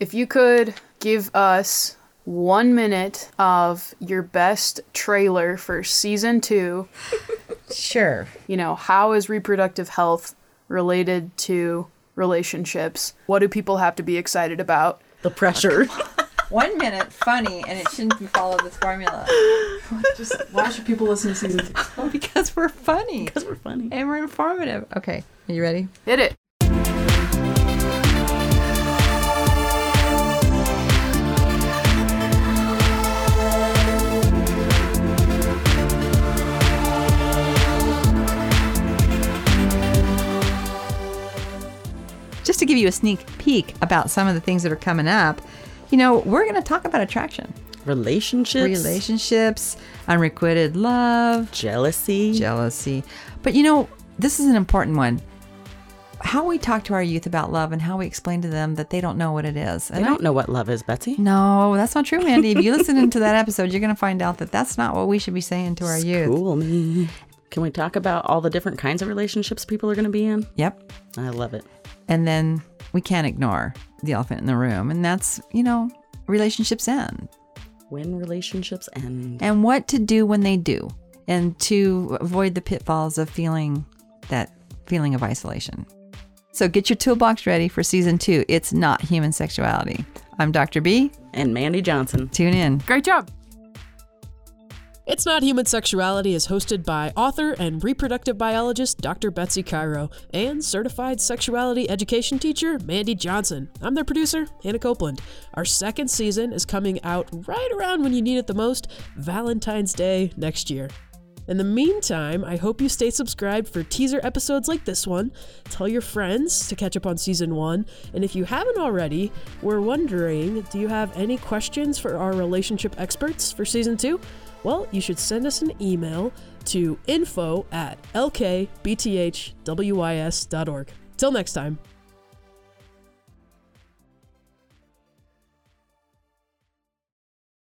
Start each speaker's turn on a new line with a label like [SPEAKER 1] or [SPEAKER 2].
[SPEAKER 1] If you could give us one minute of your best trailer for season two,
[SPEAKER 2] Sure.
[SPEAKER 1] you know, how is reproductive health related to relationships? What do people have to be excited about?
[SPEAKER 2] The pressure.
[SPEAKER 3] One minute funny, and it shouldn't be follow this formula
[SPEAKER 4] Just why should people listen to season two?
[SPEAKER 3] because we're funny
[SPEAKER 2] Because we're funny.
[SPEAKER 3] and we're informative. Okay, are you ready?
[SPEAKER 1] Hit it.
[SPEAKER 3] Just to give you a sneak peek about some of the things that are coming up, you know, we're going to talk about attraction,
[SPEAKER 2] Relationships.
[SPEAKER 3] relationships, unrequited love,
[SPEAKER 2] jealousy.
[SPEAKER 3] jealousy. But you know, this is an important one. How we talk to our youth about love and how we explain to them that they don't know what it is.
[SPEAKER 2] I
[SPEAKER 3] And
[SPEAKER 2] don't know what love is, Betsy.
[SPEAKER 3] no, that's not true, Andy. If you listen into that episode, you're going to find out that that's not what we should be saying to our youth.
[SPEAKER 2] Cool me. Can we talk about all the different kinds of relationships people are going to be in?
[SPEAKER 3] Yep.
[SPEAKER 2] I love it.
[SPEAKER 3] And then we can't ignore the elephant in the room. And that's, you know, relationships end
[SPEAKER 2] When relationships end.
[SPEAKER 3] and what to do when they do and to avoid the pitfalls of feeling that feeling of isolation. So get your toolbox ready for season two. It's not human sexuality. I'm Dr. B.
[SPEAKER 2] And Mandy Johnson.
[SPEAKER 3] Tune in.
[SPEAKER 1] Great job.
[SPEAKER 5] It's Not Human Sexuality is hosted by author and reproductive biologist Dr. Betsy Cairo and certified sexuality education teacher Mandy Johnson. I'm their producer, Hannah Copeland. Our second season is coming out right around when you need it the most, Valentine's Day next year. In the meantime, I hope you stay subscribed for teaser episodes like this one. Tell your friends to catch up on season one. And if you haven't already, we're wondering do you have any questions for our relationship experts for season two? Well, you should send us an email to info at lkbthwys.org. Till next time.